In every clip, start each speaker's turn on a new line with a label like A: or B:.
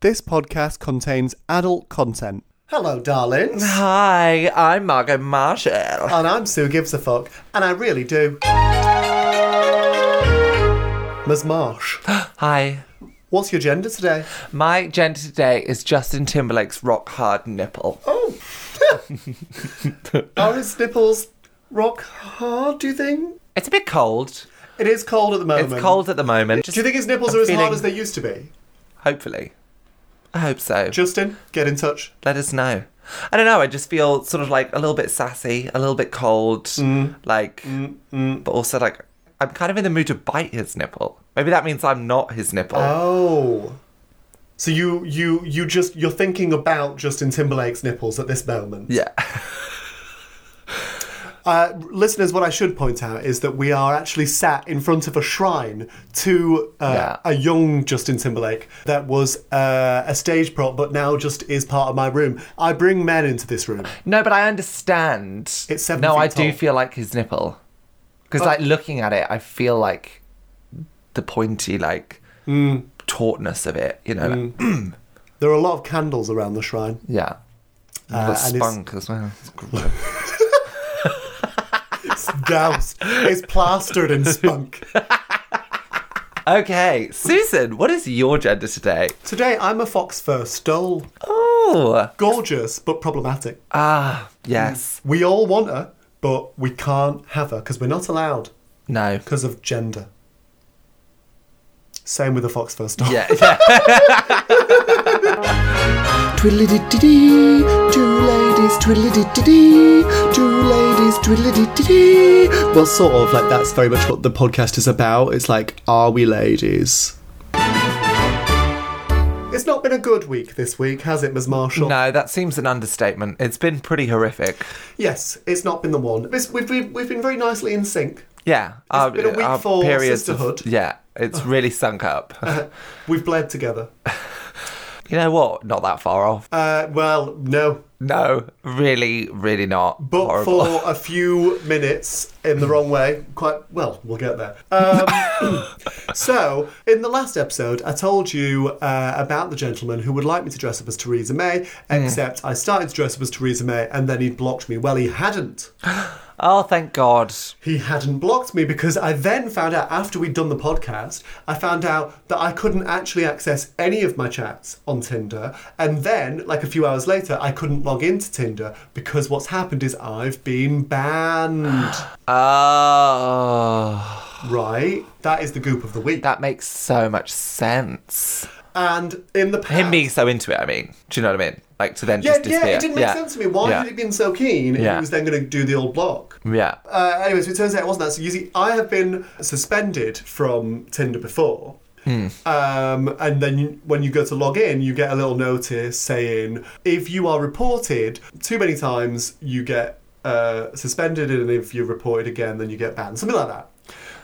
A: This podcast contains adult content. Hello, darlings.
B: Hi, I'm Margot Marshall.
A: and I'm Sue Gives a Fuck, and I really do. Ms. Marsh,
B: Hi.
A: what's your gender today?
B: My gender today is Justin Timberlake's rock hard nipple.
A: Oh, are his nipples rock hard, do you think?
B: It's a bit cold.
A: It is cold at the moment.
B: It's cold at the moment.
A: Do you think his nipples
B: I'm
A: are as hard
B: feeling-
A: as they used to be?
B: Hopefully. I hope so.
A: Justin, get in touch.
B: Let us know. I don't know, I just feel sort of like a little bit sassy, a little bit cold,
A: Mm.
B: like, but also like, I'm kind of in the mood to bite his nipple. Maybe that means I'm not his nipple.
A: Oh. So you you you just you're thinking about Justin Timberlake's nipples at this moment.
B: yeah.
A: Uh, listeners, what I should point out is that we are actually sat in front of a shrine to uh,
B: Yeah.
A: a young Justin Timberlake that was uh, a stage prop, but now just is part of my room. I bring men into this room.
B: No, but I understand.
A: It's seven
B: No,
A: feet
B: I do
A: tall. Oh.
B: feel like his nipple, because like looking at it, I feel like the pointy like
A: Mm.
B: tautness of it. You know, like-
A: There are a lot of candles around the shrine.
B: yeah. the
A: Uh, and it's-
B: spunk as well. It's gr-
A: It's doused. it's plastered in spunk.
B: okay, Susan, what is your gender today?
A: Today, I'm a fox fur stole.
B: Oh,
A: Gorgeous, but problematic.
B: ah, yes.
A: We all want her, but we can't have her because we're not allowed
B: No.
A: because of gender. Same with the fox fur stole.
B: Yeah, yeah.
C: Twiddly-dee-dee-dee, two ladies, twiddly-dee-dee-dee, two ladies, twiddly-dee-dee-dee.
A: Well, sort of like that's very much what the podcast is about. It's like, are we ladies? It's not been a good week this week, has it, Ms. Marshall?
B: No, that seems an understatement. It's been pretty horrific.
A: Yes, it's not been the one. It's, we've, we've, we've been very nicely in sync.
B: Yeah, our,
A: been a week
B: our
A: for
B: periods of-
A: sisterhood. Oh. Uh-huh.
B: yeah, it's really sunk up.
A: We've bled together.
B: you know what? Not that far off.
A: Uh, well, no.
B: No, really, really not.
A: But
B: Horrible.
A: for a few minutes in the wrong way, quite well, we'll get there. Um, so, in the last episode, I told you uh, about the gentleman who would like me to dress up as Theresa May, except I started to dress up as Theresa May and then he blocked me. Well, he hadn't.
B: Oh, thank God.
A: He hadn't blocked me because I then found out after we'd done the podcast, I found out that I couldn't actually access any of my chats on Tinder. And then, like a few hours later, I couldn't log into Tinder because what's happened is I've been banned.
B: Oh,
A: right? That is the goop of the week.
B: that makes so much sense.
A: and in the past.
B: Him being so into it, I mean. Do you know what I mean? Like to then
A: yeah,
B: just disappear.
A: yeah, it didn't make sense to me. Why
B: yeah.
A: had he been so keen if
B: Yeah.
A: he was then going to do the old block?
B: Yeah.
A: Uh, anyway, so it turns out it wasn't that. So you see, I have been suspended from Tinder before. Um, and then you, when you go to log in, you get a little notice saying if you are reported too many times, you get uh, suspended, and if you're reported again, then you get banned. Something like that.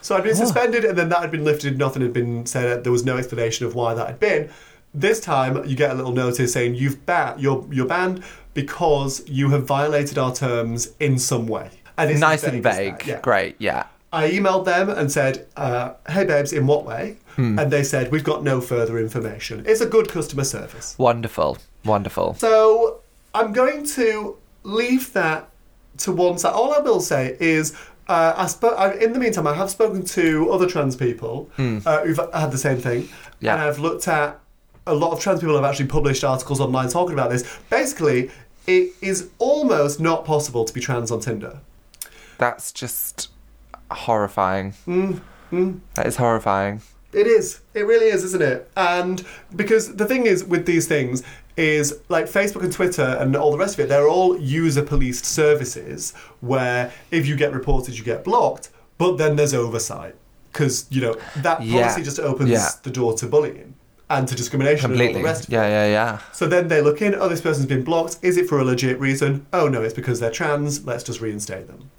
A: So I'd been suspended, and then that had been lifted. Nothing had been said. There was no explanation of why that had been. This time, you get a little notice saying you've ba- you're you're banned because you have violated our terms in some way. And it's as
B: Nice and
A: as
B: vague.
A: that, yeah.
B: Great, yeah.
A: I emailed them and said, uh, "Hey babes, in what way?" And they said, "We've got no further information." It's a good customer service.
B: Wonderful. Wonderful.
A: So I'm going to leave that to one side. All I will say is, uh, I spo- I, in the meantime, I have spoken to other trans people uh, who've had the same thing,
B: Yeah.
A: and I've looked at a lot of trans people have actually published articles online talking about this. Basically, it is almost not possible to be trans on Tinder.
B: That's just horrifying.
A: Mm,
B: That is horrifying.
A: It is. It really is, isn't it? And because the thing is with these things is like Facebook and Twitter and all the rest of it, they're all user policed services where if you get reported, you get blocked, but then there's oversight. Because, you know, that policy
B: Yeah.
A: just opens
B: Yeah.
A: the door to bullying and to discrimination and all
B: Completely.
A: the rest of
B: Yeah, yeah, yeah.
A: so then they look in, oh, this person's been blocked. Is it for a legit reason? Oh, no, it's because they're trans. Let's just reinstate them.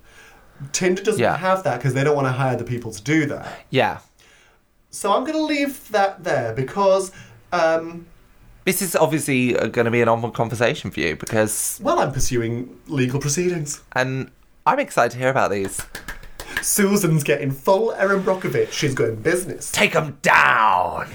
A: Tinder doesn't
B: Yeah.
A: have that because they don't want to hire the people to do that.
B: Yeah.
A: So I'm going to leave that there because, um,
B: This is obviously going to be an onward conversation for you because,
A: well, I'm pursuing legal proceedings.
B: and I'm excited to hear about these.
A: Susan's getting full Erin Brockovich. She's going business.
B: Take them down.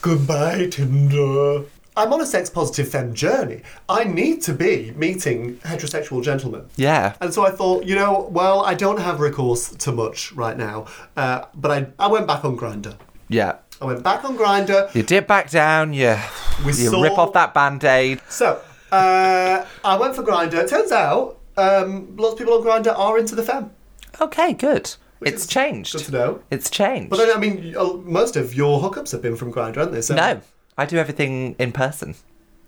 A: Goodbye, Tinder. I'm on a sex positive femme journey. I need to be meeting heterosexual gentlemen.
B: Yeah.
A: And so I thought, you know, well, I don't have recourse to much right now, uh, but I, I went back on Grinder.
B: Yeah.
A: I went back on Grinder.
B: You dip back down, you,
A: We
B: you
A: saw-
B: rip off that band aid.
A: So uh, I went for Grinder. It turns out um, lots of people on Grinder are into the femme.
B: Okay, good.
A: is
B: it's
A: Good
B: changed.
A: to know.
B: It's changed.
A: But then, uh, I mean, uh, most of your hookups have been from Grinder, haven't they? So,
B: no, I do everything in person.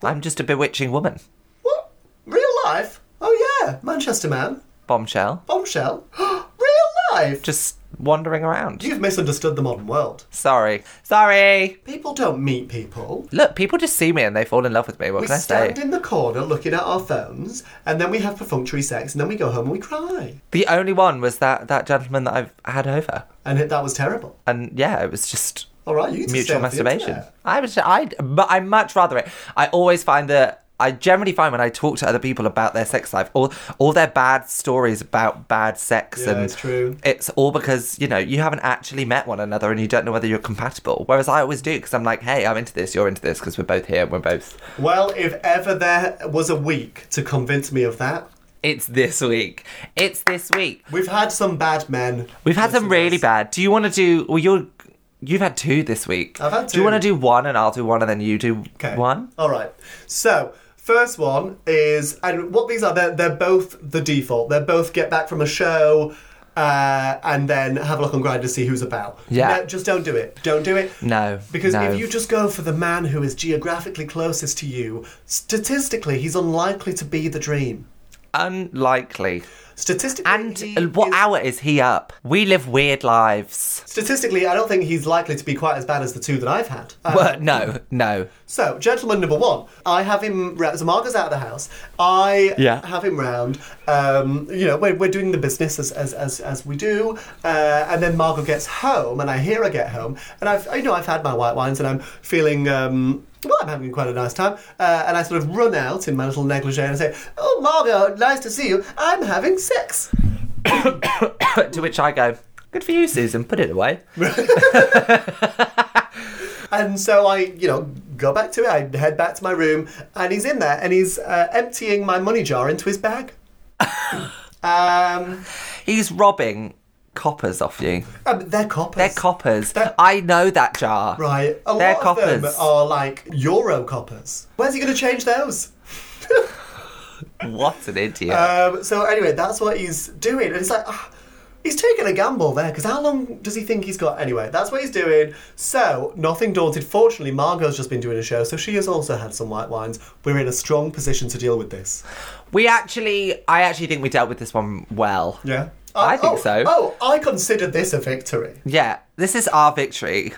B: I'm just a bewitching woman.
A: What? Real life? Oh yeah, Manchester man,
B: Bombshell.
A: bombshell. Real life.
B: Just wandering around.
A: You've misunderstood the modern world.
B: Sorry. Sorry.
A: People don't meet people.
B: Look, people just see me and they fall in love with me. What
A: We
B: can I say?
A: stand in the corner looking at our phones, and then we have perfunctory sex, and then we go home and we cry.
B: The only one was that, that gentleman that I've had over.
A: And it, that was terrible.
B: And yeah, it was just
A: All right, you need to stay
B: mutual
A: off the
B: masturbation.
A: internet.
B: I was, I, but I much rather it. I always find that I generally find when I talk to other people about their sex life, all all their bad stories about bad sex,
A: Yeah,
B: and
A: it's true.
B: It's all because you know you haven't actually met one another and you don't know whether you're compatible. Whereas I always do because I'm like, hey, I'm into this, you're into this, because we're both here, we're both.
A: Well, if ever there was a week to convince me of that,
B: It's this week. It's this week.
A: we've had some bad men.
B: We've had some
A: listeners.
B: really bad. Do you want to do? Well, you're. You've had two this week.
A: I've had
B: Do you
A: two.
B: want to do one and I'll do one and then you do
A: Okay.
B: one?
A: All right. So, first one is, and what these are, they're, they're both the default. They're both get back from a show uh, and then have a look on Grindr to see who's about.
B: Yeah.
A: No, just don't do it. Don't do it.
B: No,
A: Because
B: no.
A: if you just go for the man who is geographically closest to you, statistically, he's unlikely to be the dream.
B: Unlikely.
A: Statistically,
B: And uh,
A: he
B: what
A: is-
B: hour is he up? We live weird lives.
A: Statistically, I don't think he's likely to be quite as bad as the two that I've had. Uh,
B: But no, no.
A: So, gentleman number one, I have him. Ra- so Margaret's out of the house. I
B: Yeah.
A: have him round. Um, you know, we're, we're doing the business as as, as, as we do, uh, and then Margot gets home, and I hear her get home, and I've you know I've had my white wines, and I'm feeling. Um, well, I'm having quite a nice time, uh, and I sort of run out in my little negligee and I say, "Oh, Margot, nice to see you. I'm having sex."
B: to which I go, good for you, Susan, put it away.
A: And so I, you know, go back to it. I head back to my room, and he's in there, and he's uh, emptying my money jar into his bag. um,
B: He's robbing coppers off you.
A: um, they're coppers.
B: They're coppers. I know that jar.
A: Right. A
B: They're
A: lot of
B: coppers.
A: them are like Euro coppers. Where's he going to change those?
B: What an idiot.
A: Um, so anyway, that's what he's doing, and it's like. ah, He's taking a gamble there because how long does he think he's got? Anyway, that's what he's doing. So, nothing daunted. Fortunately, Margot's just been doing a show, so she has also had some white wines. We're in a strong position to deal with this.
B: we actually, I actually think we dealt with this one well.
A: Yeah.
B: I think
A: oh,
B: so.
A: Oh, I consider this a victory.
B: Yeah, this is our victory.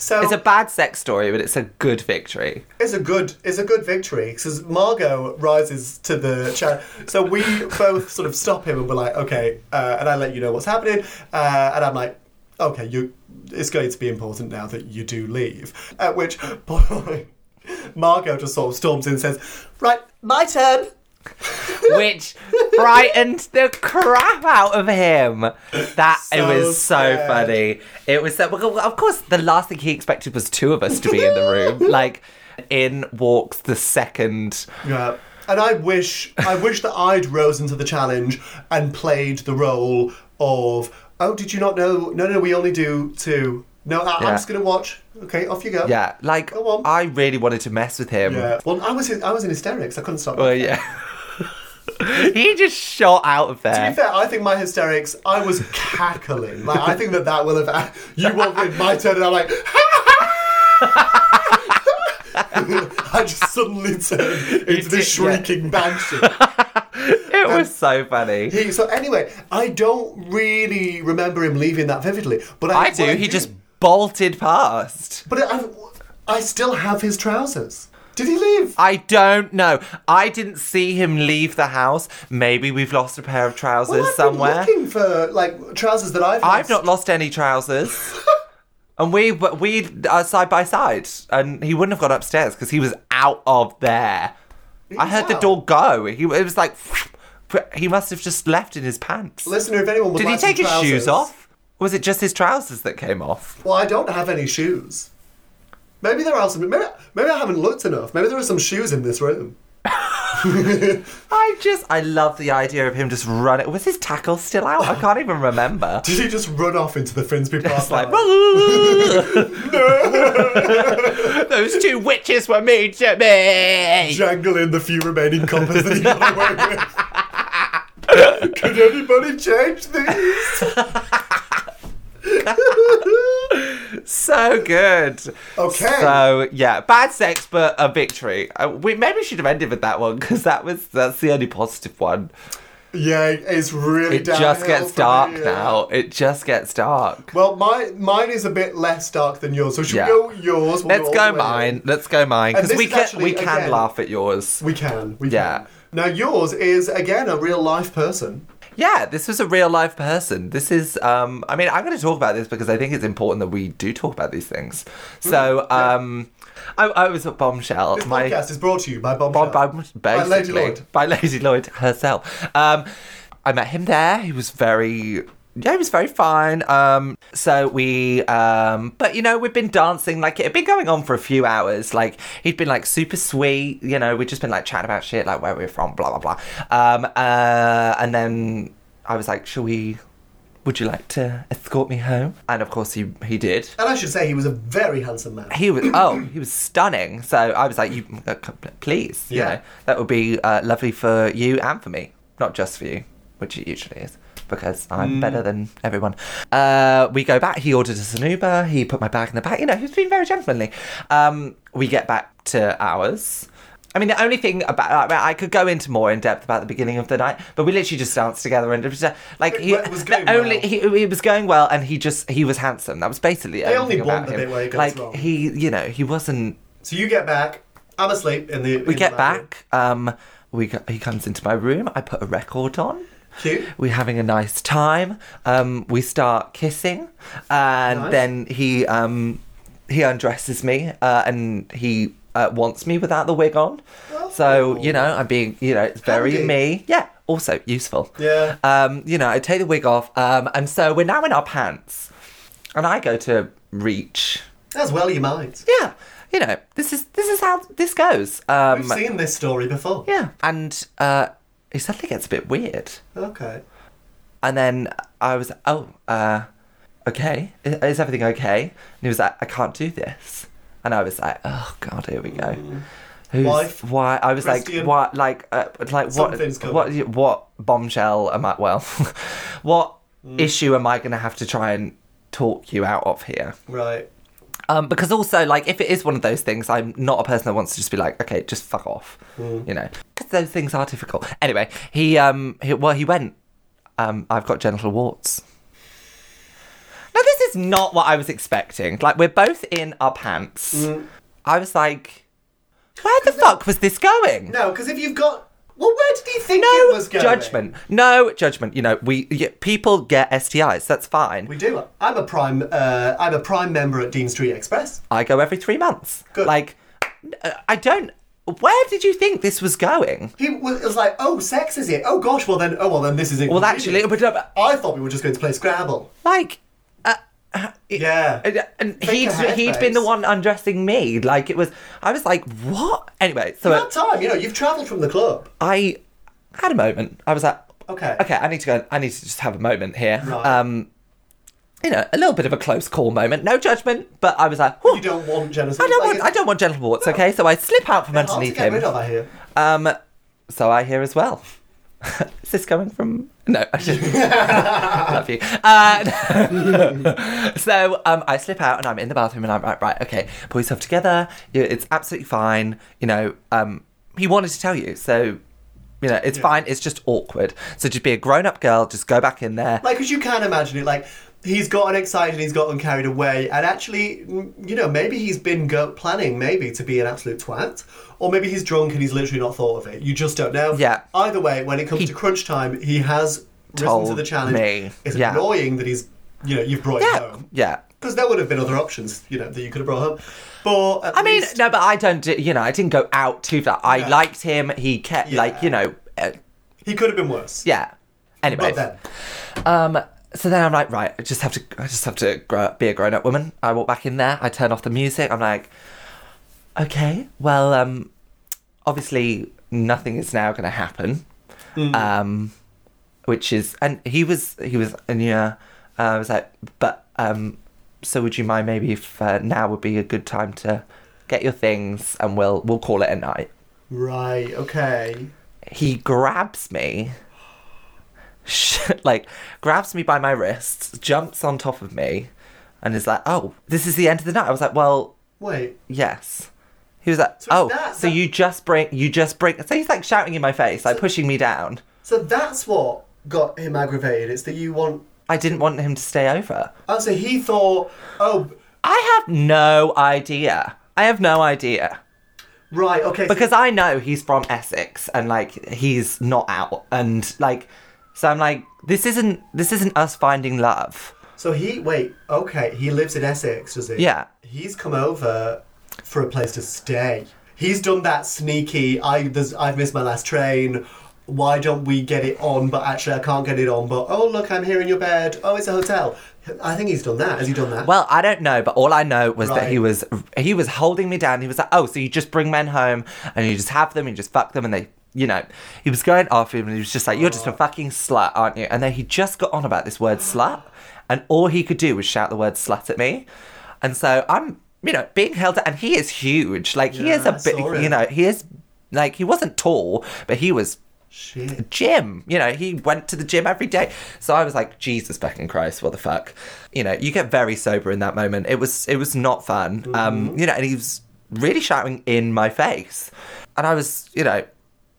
A: So
B: It's a bad sex story, but it's a good victory.
A: good it's a good victory because Margot rises to the challenge. So we both sort of stop him and we're like, okay, uh, and I let you know what's happening, uh, and I'm like, okay, you, it's going to be important now that you do leave. At which point, Margot just sort of storms in and says, right, my turn.
B: which frightened the crap out of him. That it was so
A: scared.
B: funny. It was so. well, Of course, the last thing he expected was two of us to be in the room. Like, in walks the second.
A: Yeah. And I wish I wish that I'd rose into the challenge and played the role of oh did you not know no no we only do two no I,
B: Yeah.
A: I'm just gonna watch okay off you go
B: Yeah, like
A: Go on.
B: I really wanted to mess with him.
A: yeah well I was in, I was in hysterics I couldn't stop
B: Well, yeah. he just shot out of
A: to be
B: there.
A: fair I think my hysterics I was cackling like I think that that will have you walked in my turn and I'm like I just suddenly turned into
B: did, yeah.
A: this shrieking banshee.
B: It was so funny.
A: um, He, so anyway, I don't really remember him leaving that vividly, but I,
B: I
A: what
B: do. He just bolted past.
A: But I, I still have his trousers. Did he leave?
B: I don't know. I didn't see him leave the house. Maybe we've lost a pair of trousers
A: Well, I've been
B: somewhere.
A: looking for like trousers that I've.
B: I've
A: lost.
B: not lost any trousers. and we but we are side by side, and he wouldn't have gone upstairs because he was out of there. I
A: was
B: heard the
A: out.
B: door go. He it was like he must have just left in his pants.
A: Listener, if anyone would
B: Did he
A: like some
B: take his shoes
A: trousers-
B: off? Or was it just his trousers that came off?
A: Well, I don't have any shoes. Maybe there are some. Maybe, maybe I haven't looked enough. Maybe there are some shoes in this room.
B: I just, I love the idea of him just running. Was his tackle still out? I can't even remember.
A: Did he just run off into the Finsbury Park?
B: It's like,
A: line?
B: those two witches were mean to me.
A: jangle in the few remaining coppers that he got away with. Could anybody change these?
B: So good.
A: Okay.
B: So yeah, bad sex but a victory. Uh, we maybe should have ended with that one because that was that's the only positive one.
A: yeah, it's really
B: It just
A: downhill
B: gets
A: from
B: dark
A: here.
B: now. It just gets dark.
A: Well, my mine is a bit less dark than yours, so should
B: Yeah.
A: we go yours? We'll
B: Let's
A: all
B: go
A: the way.
B: mine. Let's go mine
A: And
B: because
A: this
B: we
A: is
B: can
A: actually,
B: we can
A: again-
B: laugh at yours.
A: We can. We
B: Yeah.
A: can. Now yours is again a real life person.
B: Yeah, this was a real life person. This is, um, I mean, I'm going to talk about this because I think it's important that we do talk about these things. So, um, I, I was a bombshell.
A: Mm-hmm. This
B: My-
A: podcast is brought to you by Bob.
B: Bob, Bob-
A: By
B: basically,
A: Lady Lloyd.
B: by Lady Lloyd herself. Um, I met him there. He was very. Yeah, he was very fine. Um, so we, um, but you know, we've been dancing like it had been going on for a few hours. Like he'd been like super sweet. You know, we'd just been like chatting about shit, like where we were from, blah blah blah. Um, uh, and then I was like, "Shall we? Would you like to escort me home?" And of course, he he did
A: And I should say he was a very handsome man.
B: he was oh he was stunning so i was like you uh, c- please you
A: Yeah.
B: know that would be uh, lovely for you and for me not just for you which it usually is because
A: Mm.
B: i'm better than everyone uh, we go back he ordered us an uber he put my bag in the back you know he's been very gentlemanly um, we get back to ours I mean, the only thing about I, I could go into more in depth about the beginning of the night, but we literally just danced together and it was, uh, like
A: It
B: he,
A: was
B: the
A: going
B: only
A: well.
B: he, it was going well, and he just he was handsome. That was basically the
A: only
B: only thing
A: want
B: about
A: the
B: him.
A: bit where it goes
B: like
A: wrong.
B: he, you know, he wasn't.
A: So you get back. I'm asleep in the.
B: We get back. Um, we go- he comes into my room. I put a record on.
A: Cute.
B: We're having a nice time. Um, we start kissing, and
A: Nice.
B: then he um, he undresses me, uh, and he uh, wants me without the wig on.
A: Oh.
B: So you know, I'm being you know, it's very
A: Handy.
B: me. Yeah. Also useful.
A: Yeah.
B: Um, you know, I take the wig off, um, and so we're now in our pants, and I go to reach
A: As well, you might.
B: yeah, you know, this is this is how this goes. Um,
A: We've seen this story before.
B: yeah, and uh, it suddenly gets a bit weird,
A: Okay.
B: and then I was oh, uh, okay, is, is everything okay? And he was like, I can't do this, and I was like, oh god, here we go. Who's,
A: Wife?
B: Why? I was
A: Hmm. Christian?
B: like, what? Like, uh, like what?
A: Something's coming.
B: What? What bombshell am I? Well, what
A: Hmm.
B: issue am I going to have to try and talk you out of here?
A: Right.
B: Um, because also, like, if it is one of those things, I'm not a person that wants to just be like, okay, just fuck off,
A: Mm.
B: you know, because those things are difficult. Anyway, he, um, he, well, he went. Um, I've got genital warts. Now, this is not what I was expecting. Like, we're both in our pants.
A: Mm.
B: I was like, where the fuck was this going?
A: No, because if you've got. Well, where did he think
B: No
A: it was going?
B: judgment. No judgment. You know, we yeah, people get STIs. That's fine.
A: We do. I'm a prime. Uh, I'm a prime member at Dean Street Express.
B: I go every three months.
A: Good.
B: Like, uh, I don't. Where did you think this was going?
A: He was, it was like, "Oh, sex is it? Oh gosh, well then, oh well then, this is it."
B: Well, actually, but, uh,
A: I thought we were just going to play Scrabble.
B: like, uh,
A: Yeah.
B: and, uh, and
A: Think
B: he'd
A: ahead,
B: he'd
A: babes.
B: been the one undressing me. Like it was. I was like, what? Anyway, so
A: That time, you know, you've travelled from the club.
B: I had a moment. I was like,
A: Okay.
B: okay, I need to go. I need to just have a moment here.
A: Right.
B: Um, you know, a little bit of a close call moment. No judgment, but I was like, whew,
A: You don't want genocide.
B: I don't want. I don't want gentle warts. Okay, so I slip out from
A: Hard to
B: underneath
A: get
B: him.
A: rid of, I hear.
B: Um, so I hear as well. Is this coming from? No, I should. Love you. Uh, so um, I slip out and I'm in the bathroom and I'm like, right, okay, pull yourself together. You- It's absolutely fine. You know, um, he wanted to tell you, so you know, it's fine. It's just awkward. So just be a grown-up girl. Just go back in there.
A: Like, because you can imagine it. Like, he's gotten excited, he's gotten carried away, and actually, mm, you know, maybe he's been go- planning maybe to be an absolute twat, or maybe he's drunk and he's literally not thought of it. You just don't know.
B: Yeah.
A: Either way, when it comes to crunch time, he has risen to
B: Told
A: the challenge.
B: me.
A: It's
B: Yeah.
A: annoying that he's, you know, you've brought
B: yeah,
A: him home.
B: yeah.
A: Because there would have been other options, you know, that you could have brought home. But at
B: I mean,
A: least-
B: no, but I don't. Do, you know, I didn't go out too far. I liked him. He kept, like,
A: Yeah.
B: you know, uh,
A: he could have been worse.
B: yeah. Anyway,
A: But then,
B: Um, So then I'm like, right, I just have to, I just have to grow, be a grown-up woman. I walk back in there. I turn off the music. I'm like, okay, well, um, obviously nothing is now going to happen. Um, which is, and he was, he was, and yeah, uh, I was like, but, um, so would you mind maybe if uh, now would be a good time to get your things and we'll we'll call it a night.
A: Right, okay.
B: He grabs me, sh- like grabs me by my wrists, jumps on top of me, and is like, "Oh, this is the end of the night." I was like, "Well,
A: Wait.
B: Yes. He was like,
A: So
B: "Oh,
A: that-
B: so
A: that-
B: you just bring, you just bring." So he's like shouting in my face, like pushing me down.
A: So that's what got him aggravated. It's that you want.
B: I didn't want him to stay over.
A: Oh, so he thought, oh,
B: I have no idea. I have no idea
A: right, okay. so-
B: because I know he's from Essex and like he's not out and like so I'm like this isn't this isn't us finding love.
A: so he. Wait, okay. He lives in Essex, does he?
B: Yeah.
A: He's come over for a place to stay. He's done that sneaky, I, there's, I've missed my last train. Why don't we get it on? But actually, I can't get it on. But oh, look, I'm here in your bed. Oh, it's a hotel. I think he's done that. Has he done that?
B: Well, I don't know, but all I know was that
A: Right.
B: he was he was holding me down. He was like, "Oh, so you just bring men home and you just have them and you just fuck them and they, you know." He was going off him and he was just like, "You're
A: Oh.
B: just a fucking slut, aren't you?" And then he just got on about this word slut, and all he could do was shout the word slut at me. And so I'm, you know, being held and he is huge. Like he
A: Yeah,
B: is a
A: I
B: big,
A: saw
B: you
A: it.
B: know, he is like he wasn't tall, but he was
A: Shit.
B: gym. You know, he went to the gym every day. So I was like, Jesus fucking Christ, what the fuck? You know, you get very sober in that moment. It was it was not fun. Um, you know, and he was really shouting in my face. And I was, you know,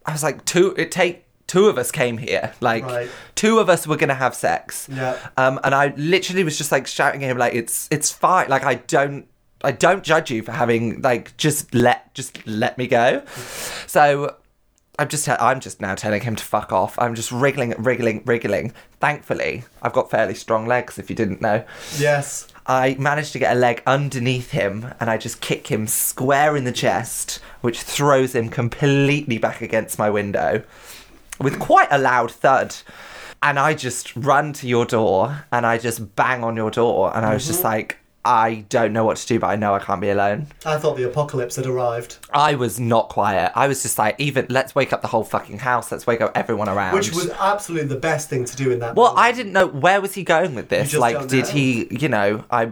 B: I was like, two it take two of us came here. Like
A: Right.
B: two of us were gonna have sex.
A: Yeah.
B: Um, and I literally was just like shouting at him, like it's it's fine. Like I don't I don't judge you for having like just let just let me go. So I'm just te- I'm just now telling him to fuck off. I'm just wriggling, wriggling, wriggling. Thankfully, I've got fairly strong legs. If you didn't know,
A: Yes.
B: I managed to get a leg underneath him, and I just kick him square in the chest, which throws him completely back against my window, with quite a loud thud. And I just run to your door, and I just bang on your door, and I was
A: Mm-hmm.
B: just like, I don't know what to do, but I know I can't be alone.
A: I thought the apocalypse had arrived.
B: I was not quiet. I was just like, even let's wake up the whole fucking house. Let's wake up everyone around.
A: Which was absolutely the best thing to do in that.
B: well,
A: moment.
B: I didn't know where was he going with this.
A: just
B: Like,
A: don't
B: did
A: know.
B: he, you know, I,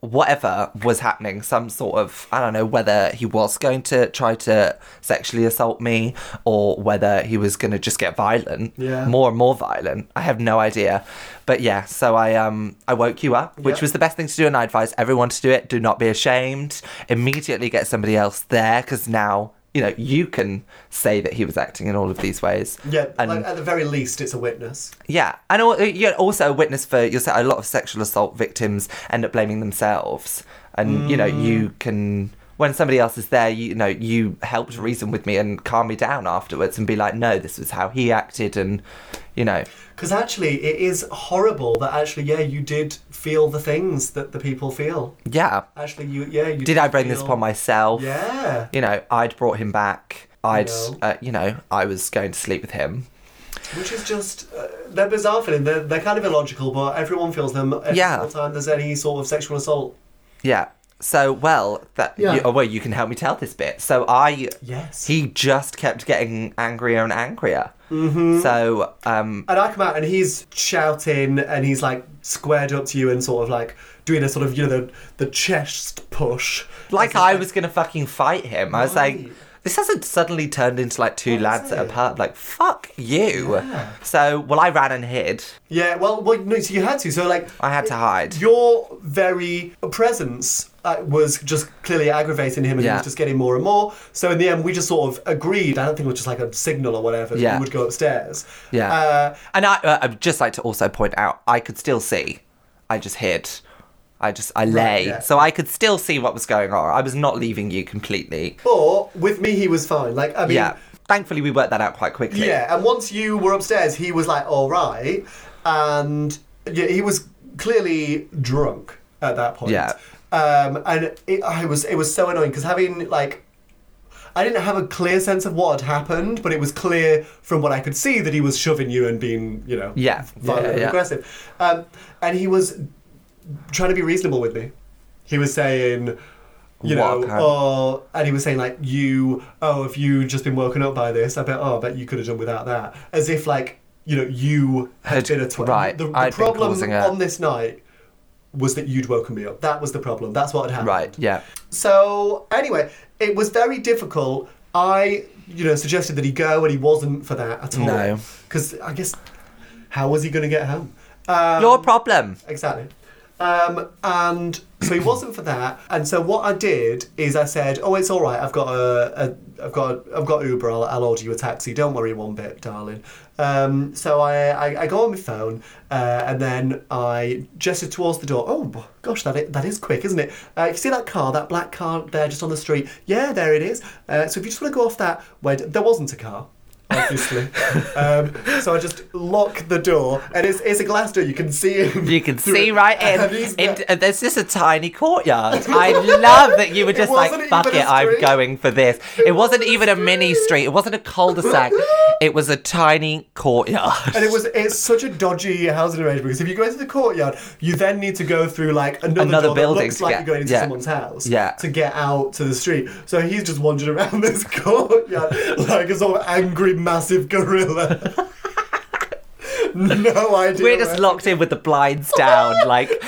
B: whatever was happening, some sort of, I don't know whether he was going to try to sexually assault me or whether he was going to just get violent,
A: Yeah.
B: more and more violent. I have no idea, but yeah. So I um I woke you up, which
A: Yep.
B: was the best thing to do, and I advise everyone to do it. Do not be ashamed. Immediately get somebody else there because now. You know, you can say that he was acting in all of these ways.
A: Yeah,
B: and
A: like, at the very least, it's a witness.
B: yeah, and al- uh, you're also a witness for you'll say a lot of sexual assault victims end up blaming themselves, and you know you
A: Mm.
B: can when somebody else is there, you, know you helped reason with me and calm me down afterwards and be like, no, this was how he acted, and you know,
A: Because actually, it is horrible that actually, yeah, you did feel the things that the people feel.
B: yeah,
A: Actually, you, yeah, you
B: did I bring this
A: feel-
B: upon myself?
A: Yeah.
B: You know, I'd brought him back. I'd,
A: No.
B: uh, you know, I was going to sleep with him.
A: Which is just, uh, they're bizarre feeling. They're, they're kind of illogical, but everyone feels them every
B: Yeah.
A: single time there's any sort of sexual assault.
B: Yeah. So well, that
A: Yeah.
B: you, oh, well, you can help me tell this bit. So I
A: Yes.
B: he just kept getting angrier and angrier. Mm-hmm. So, um,
A: and I come out and he's shouting and he's like squared up to you and sort of like doing a sort of, you know, the, the chest push.
B: like I was gonna fucking fight him. I was like,
A: Right.
B: this hasn't suddenly turned into like two lads at a
A: it?
B: pub. Like, fuck you.
A: Yeah.
B: So, well, I ran and hid.
A: Yeah, well, well, no, so you had to. So, like,
B: I had to hide.
A: Your very presence uh, was just clearly aggravating him, and he
B: Yeah.
A: was just getting more and more. So in the end, we just sort of agreed. I don't think it was just like a signal or whatever. that
B: Yeah.
A: we would go upstairs.
B: Yeah.
A: Uh,
B: and I, uh, I'd just like to also point out, I could still see. I just hid. I just, I lay.
A: yeah.
B: So I could still see what was going on. I was not leaving you completely.
A: but with me, he was fine. Like I mean,
B: Yeah. Thankfully, we worked that out quite quickly.
A: yeah, And once you were upstairs, he was like, all right, and yeah, he was clearly drunk at that point.
B: Yeah.
A: Um, and it, I was it was so annoying because having like I didn't have a clear sense of what had happened, but it was clear from what I could see that he was shoving you and being, you know,
B: Yeah.
A: violent
B: Yeah,
A: and
B: yeah.
A: aggressive. Um, and he was trying to be reasonable with me. He was saying, you
B: What
A: know,
B: happened?
A: oh, and he was saying like, you, oh, if you just been woken up by this, I bet, oh, I bet you could have done without that, as if like, you know, you had
B: Had-
A: been a twin.
B: right,
A: The, the
B: I'd been
A: problem
B: causing it.
A: on this night was that you'd woken me up. That was the problem. That's what had happened.
B: Right. Yeah.
A: So anyway, it was very difficult. I, you know, suggested that he go, and he wasn't for that at all.
B: No.
A: because I guess how was he going to get home? Um,
B: Your problem.
A: exactly. Um, and so he wasn't for that. And so what I did is I said, "Oh, it's all right. I've got a, a I've got, a, I've got Uber. I'll, I'll order you a taxi. Don't worry one bit, darling." Um, so I, I, I go on my phone, uh, and then I gesture towards the door. Oh gosh, that is, that is quick, isn't it? Uh, you see that car, that black car there, just on the street. Yeah, there it is. Uh, so if you just want to go off that, where there wasn't a car obviously. um, so I just lock the door, and it's, it's a glass door. You can see him.
B: You can
A: through
B: see
A: it.
B: right
A: And
B: in.
A: he's
B: in
A: got-
B: and there's just a tiny courtyard. I love that you were
A: It
B: just like,
A: wasn't
B: fuck
A: even a
B: it, I'm
A: street.
B: going for this. It, wasn't even a mini street. It wasn't a cul-de-sac. it was a tiny courtyard.
A: and it was it's such a dodgy housing arrangement because if you go into the courtyard, you then need to go through like another,
B: Another
A: door
B: building
A: that looks
B: to
A: like
B: get-
A: you're going into
B: yeah.
A: someone's house
B: Yeah.
A: to get out to the street. So he's just wandering around this courtyard like a sort of angry massive gorilla. no idea.
B: We're just
A: where-
B: locked in with the blinds down. Like,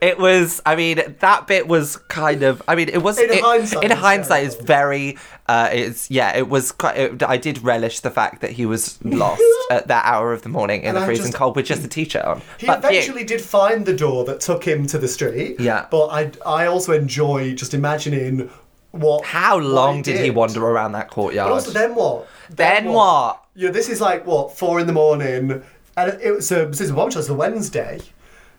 B: it was. I mean, that bit was kind of. I mean, it was.
A: In
B: it-
A: hindsight,
B: in
A: it's
B: hindsight, it's
A: terrible.
B: very. Uh, it's yeah. It was quite. It, I did relish the fact that he was lost at that hour of the morning in
A: And
B: the
A: I
B: freezing
A: just-
B: cold with just a t-shirt on.
A: He
B: But you-
A: eventually did find the door that took him to the street.
B: Yeah.
A: But I, I also enjoy just imagining what.
B: How
A: what
B: long did he wander around that courtyard?
A: But also, then what?
B: Then what?
A: You know, this is like what four in the morning, and it was so this is a bomb It's a Wednesday.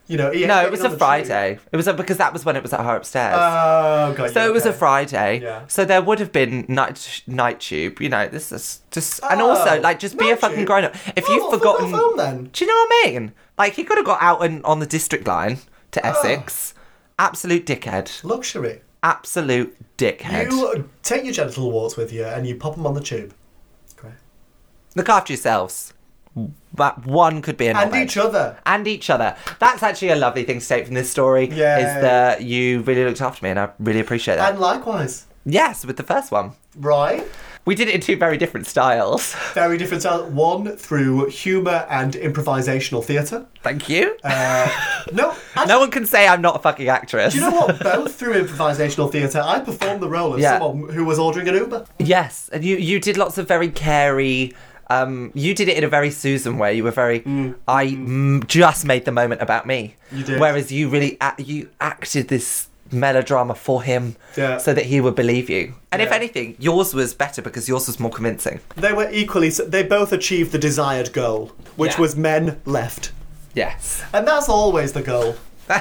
A: You know, he ain't
B: no,
A: getting
B: it was
A: on
B: a
A: the
B: Friday. It was a, because that was when it was at her upstairs.
A: tube. Oh god.
B: so
A: yeah,
B: it was a
A: okay.
B: Friday.
A: Yeah.
B: So there would have been night night tube. You know, this is just and
A: Oh,
B: also like just be a
A: night
B: fucking
A: tube?
B: grown up. If
A: Oh,
B: you've
A: what, football
B: forgotten,
A: film then?
B: do you know what I mean? Like he could have got out and on the district line to Essex. Absolute dickhead.
A: luxury.
B: Absolute dickhead.
A: You take your genital warts with you, and you pop them on the tube. Great.
B: Look after yourselves. That one could be an
A: And
B: olive.
A: each other.
B: and each other. That's actually a lovely thing to take from this story.
A: Yeah.
B: Is that you really looked after me and I really appreciate that.
A: And likewise,
B: yes, with the first one.
A: right?
B: We did it in two very different styles.
A: Very different style. One through humour and improvisational theatre.
B: Thank you.
A: Uh, no, actually,
B: no one can say I'm not a fucking actress.
A: you know what? Both through improvisational theatre, I performed the role of
B: Yeah.
A: someone who was ordering an Uber.
B: yes, and you you did lots of very carey um, you did it in a very Susan way. You were very. I mm, just made the moment about me.
A: You did.
B: Whereas you really act, you acted this melodrama for him,
A: Yeah.
B: so that he would believe you. And if
A: Yeah.
B: anything, yours was better because yours was more convincing.
A: They were equally. They both achieved the desired goal, which
B: Yeah.
A: was men left,
B: Yes.
A: and that's always the goal.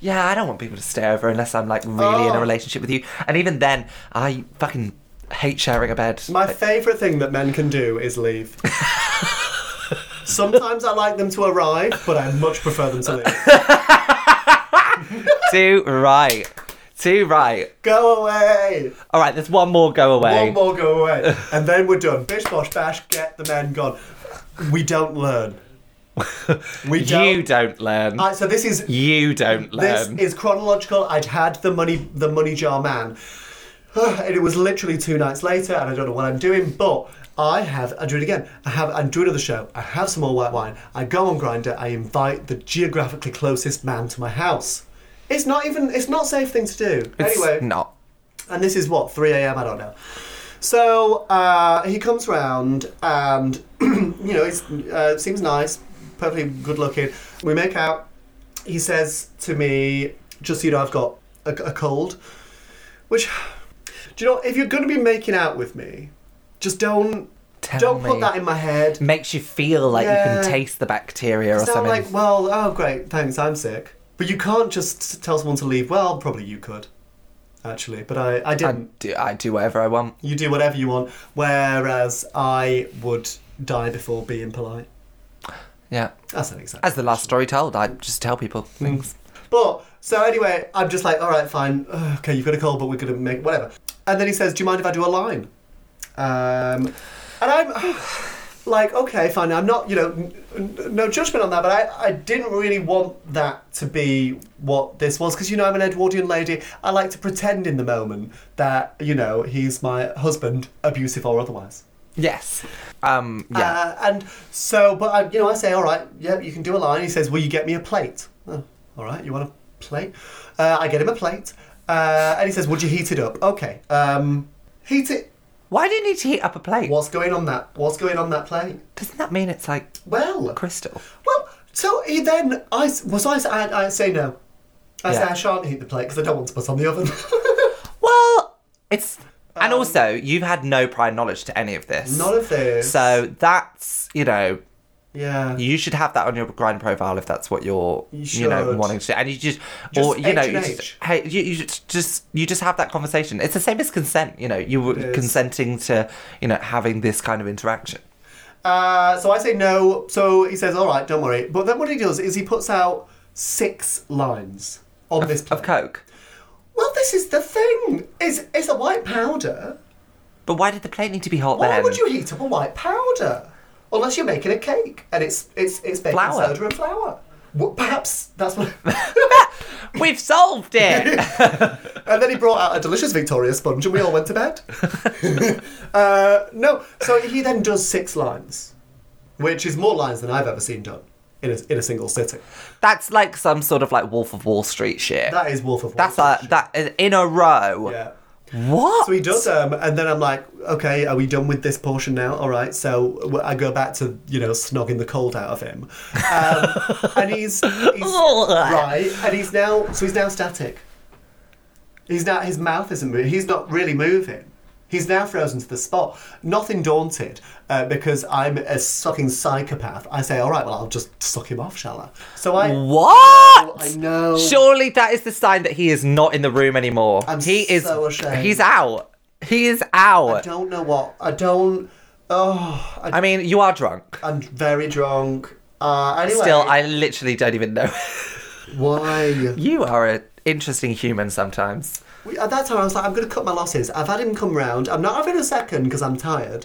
B: yeah, I don't want people to stare over unless I'm like really in
A: Oh.
B: a relationship with you. And even then, I fucking hate sharing a bed.
A: My favourite thing that men can do is leave. Sometimes I like them to arrive, but I much prefer them to leave.
B: Too right. Too right.
A: Go away.
B: All right, there's one more go away.
A: One more go away, and then we're done. Bish bosh bash, get the men gone. We don't learn. We
B: You don't learn.
A: Alright, so this is
B: you don't
A: this
B: learn.
A: is chronological. I'd had the money the money jar man. And it was literally two nights later, and I don't know what I'm doing, but I have I do it again. I have I do another show. I have some more white wine. I go on grinder. I invite the geographically closest man to my house. It's not even it's not a safe thing to do.
B: It's
A: anyway,
B: not.
A: and this is what 3 a.m. I don't know. So uh, he comes round, and you know, he uh, seems nice, perfectly good looking. We make out. He says to me, "Just so you know, I've got a, a cold." Which, do you know, if you're going to be making out with me, just don't
B: Tell
A: don't
B: me.
A: put that in my head.
B: Makes you feel like you
A: Yeah.
B: can taste the bacteria or
A: It's not
B: something.
A: like, well, oh great, thanks, I'm sick. But you can't just tell someone to leave. Well, probably you could, actually, but I, I
B: I
A: didn't.
B: do. I do whatever I want.
A: You do whatever you want, whereas I would die before being polite.
B: Yeah.
A: That's an example. Hmm.
B: As the last story told, I just tell people things.
A: But So anyway, I'm just like, all right, fine. Ugh, Okay, you've got a call, but we're going to make whatever. And then he says, do you mind if I do a line? Um, and I'm like, okay, fine. I'm not, you know, n- n- no judgment on that, but I, I didn't really want that to be what this was because, you know, I'm an Edwardian lady. I like to pretend in the moment that, you know, he's my husband, abusive or otherwise.
B: Yes. Um. Yeah.
A: Uh, and so, but I, you know, I say, all right, yeah, you can do a line. He says, will you get me a plate? Oh, all right, you want a plate? Uh, I get him a plate. Uh, and he says, would you heat it up? Okay. Um, heat it.
B: Why do you need to heat up a plate?
A: What's going on that? What's going on that plate?
B: Doesn't that mean it's like
A: Well,
B: crystal?
A: well. So he then I s- was I, s- I, I say no. I say
B: Yeah.
A: I shan't heat the plate because I don't want to put on the oven.
B: Well, it's. And also, you've had no prior knowledge to any of this.
A: um, None of this.
B: So that's you know
A: yeah.
B: you should have that on your grind profile if that's what you're
A: You
B: you, know
A: should.
B: wanting to do. and you just,
A: Just
B: or you know
A: H and
B: you
A: H.
B: just, hey you, you just- just you just have that conversation it's the same as consent you know you were
A: is.
B: consenting to you know having this kind of interaction
A: Uh, so I say no. So he says, all right, don't worry. But then what he does is he puts out six lines on this plate.
B: of coke
A: Well, this is the thing. It's, it's a white powder.
B: but why did the plate need to be hot
A: Why
B: then
A: would you heat up a white powder? Unless you're making a cake and it's it's it's baking
B: Flour.
A: soda and flour. Well, perhaps that's what.
B: we've solved it
A: and then he brought out a delicious Victoria sponge, and we all went to bed. uh, no, so he then does six lines, which is more lines than I've ever seen done in a, in a single sitting.
B: that's like some sort of like wolf of wall street shit
A: That is Wolf of Wall
B: that's
A: Street.
B: like that in a row
A: Yeah.
B: what
A: So he does, um, and then I'm like, okay, are we done with this portion now? All right, so w- I go back to you know snogging the cold out of him, um, and he's, he's right, and he's now so he's now static. He's now his mouth isn't moving. He's not really moving. He's now frozen to the spot. Nothing daunted, uh, because I'm a fucking psychopath. I say, all right, well, I'll just suck him off, shall I? So I,
B: Mm. What?
A: I know.
B: Surely that is the sign that he is not in the room anymore.
A: I'm
B: he is.
A: so ashamed.
B: He's out. He is
A: I
B: out. I,
A: don't know what I don't. Oh, I
B: mean, you are drunk.
A: I'm very drunk. Uh, anyway,
B: Still, I literally don't even know.
A: why?
B: you are an interesting human sometimes.
A: We- At that time, I was like, I'm going to cut my losses. I've had him come round. I'm not having a second because I'm tired.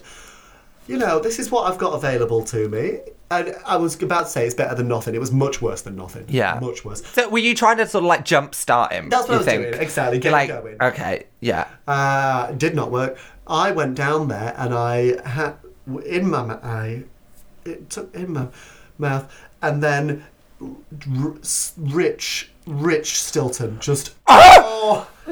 A: You know, this is what I've got available to me. And I was about to say it's better than nothing. It was much worse than nothing.
B: Yeah.
A: Much worse.
B: So, were you trying to sort of like jumpstart him?
A: That's what
B: you
A: I was
B: think?
A: doing. Exactly. Get him
B: like,
A: going.
B: okay, yeah.
A: Uh, did not work. I went down there and I had in my mou- I it took in my mouth and then r- s- rich rich Stilton just oh,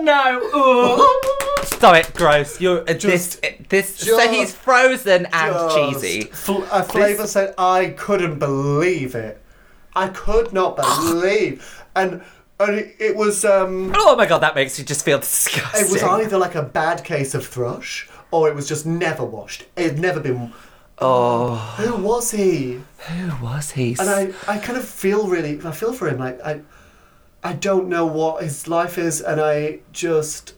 B: No. no. Stop it. Gross. You're uh,
A: Just-
B: this. This. so
A: just-
B: he's frozen and cheesy.
A: Fl- a flavour said I couldn't believe it. I could not believe, and and it, it was um,
B: Oh my god, that makes you just feel disgusting.
A: it was either like a bad case of thrush or it was just never washed. It had never been. Oh, who was he?
B: Who was he?
A: And I, I kind of feel really, I feel for him. Like I, I don't know what his life is, and I just.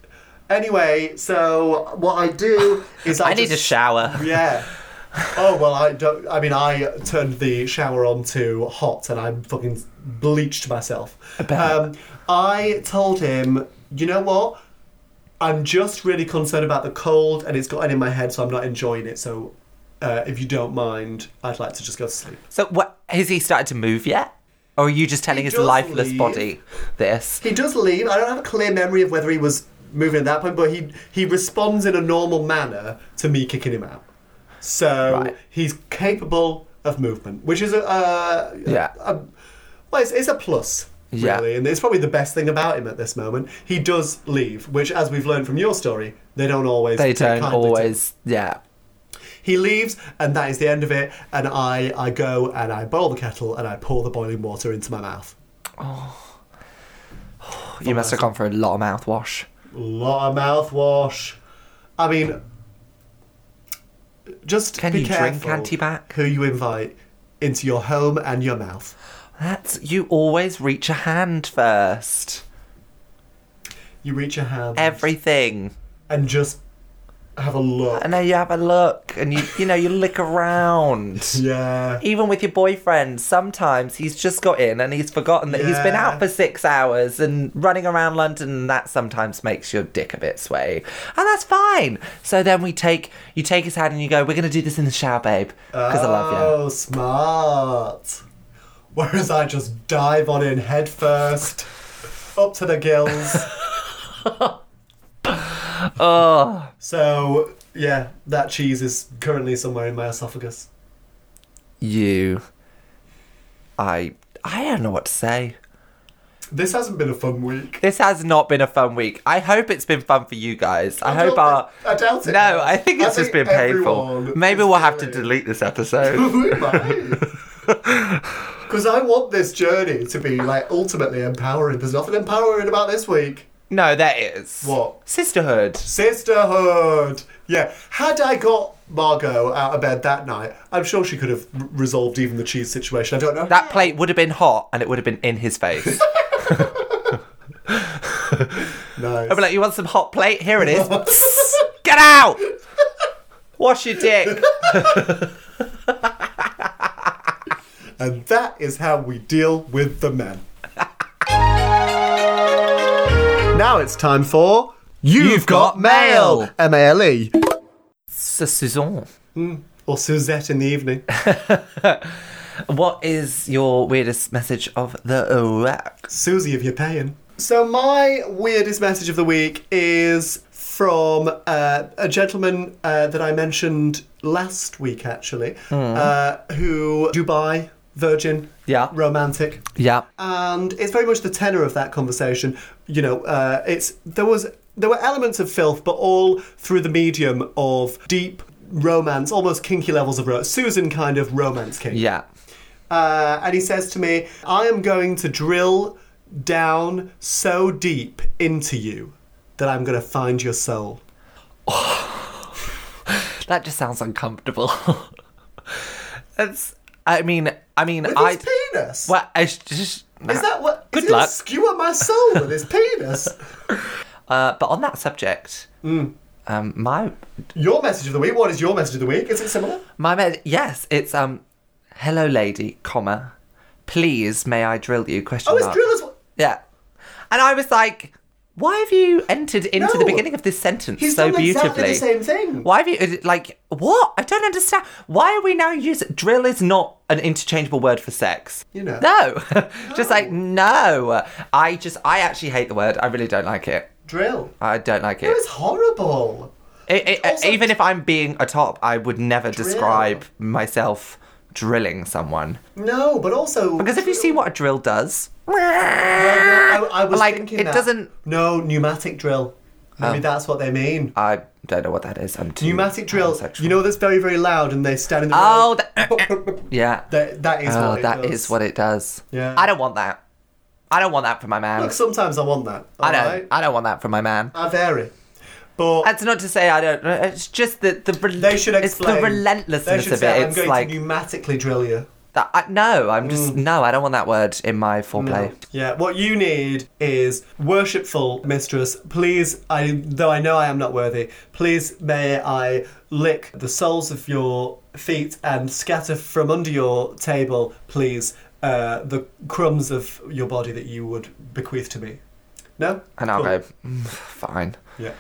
A: Anyway, so what I do is I,
B: I need a
A: just-
B: shower.
A: Yeah. Oh well, I don't. I mean, I turned the shower on to hot, and I fucking bleached myself. Um, I told him, you know what? I'm just really concerned about the cold, and it's gotten in my head, so I'm not enjoying it. So, uh, if you don't mind, I'd like to just go to sleep.
B: So, what has he started to move yet? Or are you just telling his
A: does
B: lifeless
A: leave.
B: body this?
A: He does leave. I don't have a clear memory of whether he was moving at that point, but he he responds in a normal manner to me kicking him out. So
B: Right.
A: he's capable of movement, which is a, uh
B: Yeah.
A: a- well, it's, it's a plus.
B: Yeah.
A: Really, and it's probably the best thing about him at this moment. He does leave, which, as we've learned from your story, they don't always.
B: They
A: take
B: don't
A: kindly to.
B: always. Yeah.
A: He leaves, and that is the end of it. And I, I go and I boil the kettle and I pour the boiling water into my mouth.
B: You must have gone for a lot of mouthwash.
A: lot of mouthwash. I mean, just
B: Can
A: be
B: you drink
A: careful
B: antibac?
A: Who you invite into your home and your mouth?
B: That's. You always reach a hand first.
A: You reach your hand
B: Everything.
A: and just have a look.
B: And then you have a look and you, you know, you look around.
A: Yeah.
B: Even with your boyfriend, sometimes he's just got in and he's forgotten that he's been
A: Yeah.
B: out for six hours and running around London, and that sometimes makes your dick a bit sway. And that's fine. So then we take, you take his hand and you go, We're going to do this in the shower, babe. Because I love you.
A: Oh, smart. Whereas I just dive on in head first, up to the gills.
B: Oh,
A: So, yeah, that cheese is currently somewhere in my esophagus.
B: you. I, I don't know what to say.
A: This hasn't been a fun week.
B: This has not been a fun week. I hope it's been fun for you guys. I, hope
A: don't-
B: our.
A: I doubt it.
B: No, I think it's just been painful.
A: everyone
B: Maybe
A: is
B: we'll have to
A: doing it.
B: delete this episode.
A: Because I want this journey to be like ultimately empowering. There's nothing empowering about this week.
B: no, that is.
A: What?
B: Sisterhood.
A: Sisterhood. Yeah. Had I got Margot out of bed that night, I'm sure she could have r- resolved even the cheese situation. I don't know.
B: That plate would have been hot and it would have been in his face.
A: nice.
B: I'd be like, you want some hot plate? Here it is. Psst, Get out! Wash your dick.
A: and that is how we deal with the men. now it's time for You've,
B: Got Mail.
A: M A L E.
B: So, Suzanne,
A: Or Suzette in the evening.
B: what is your weirdest message of the week?
A: Susie, if you're paying. So, my weirdest message of the week is from uh, a gentleman uh, that I mentioned last week, actually, uh, who Dubai, virgin,
B: Yeah.
A: romantic.
B: Yeah.
A: And it's very much the tenor of that conversation. You know, uh, it's there was there were elements of filth, but all through the medium of deep romance, almost kinky levels of romance. Susan kind of romance king.
B: Yeah.
A: Uh, and he says to me, I am going to drill down so deep into you that I'm going to find your soul.
B: That just sounds uncomfortable. That's. I mean, I mean,
A: With
B: I.
A: his penis?
B: Well, I s- just.
A: Is that what?
B: Good
A: is he gonna
B: luck.
A: Skewer my soul with his penis.
B: Uh, but on that subject,
A: Mm.
B: um, my
A: Your message of the week. What is your message of the week? Is it similar?
B: my med- yes, it's um, hello lady, comma, please may I drill you? Question
A: Oh, it's
B: mark.
A: drill as well.
B: Yeah, and I was like, why have you entered into the
A: No.
B: beginning of this sentence
A: He's
B: so
A: done
B: beautifully?
A: exactly the same thing.
B: Why have you like what? I don't understand. Why are we now using drill is not an interchangeable word for sex.
A: You know.
B: No. just like no. I just I actually hate the word. I really don't like it.
A: Drill.
B: I don't like it.
A: It was horrible.
B: It, it,
A: Also-
B: even if I'm being a top, I would never describe myself drilling someone.
A: No, but also
B: Because if you see what a drill does,
A: I, I was
B: like,
A: thinking
B: it
A: that.
B: doesn't- Oh.
A: No pneumatic drill. Maybe that's what they mean.
B: I don't know what that is. I'm too
A: Pneumatic drill.
B: homosexual.
A: You know that's very very loud, and they stand in the
B: Oh,
A: road.
B: that, yeah.
A: That, that is
B: oh,
A: what it
B: that is
A: does.
B: what it does.
A: Yeah.
B: I don't want that. I don't want that for my man.
A: Look, sometimes I want that.
B: I don't.
A: alright?
B: I don't want that for my man.
A: I vary, but
B: That's not to say I don't. It's just that the rel-
A: they should
B: it's
A: explain.
B: the
A: They
B: relentlessness
A: should
B: of it.
A: say, I'm
B: it's
A: going
B: like
A: to Mm. pneumatically drill you.
B: that, I, no. I'm just no. I don't want that word in my foreplay.
A: Yeah, what you need is worshipful mistress. Please, I though I know I am not worthy. Please may I lick the soles of your feet and scatter from under your table, please, uh, the crumbs of your body that you would bequeath to me. No,
B: And I'll
A: Cool.
B: go. "Mm, Fine.
A: Yeah.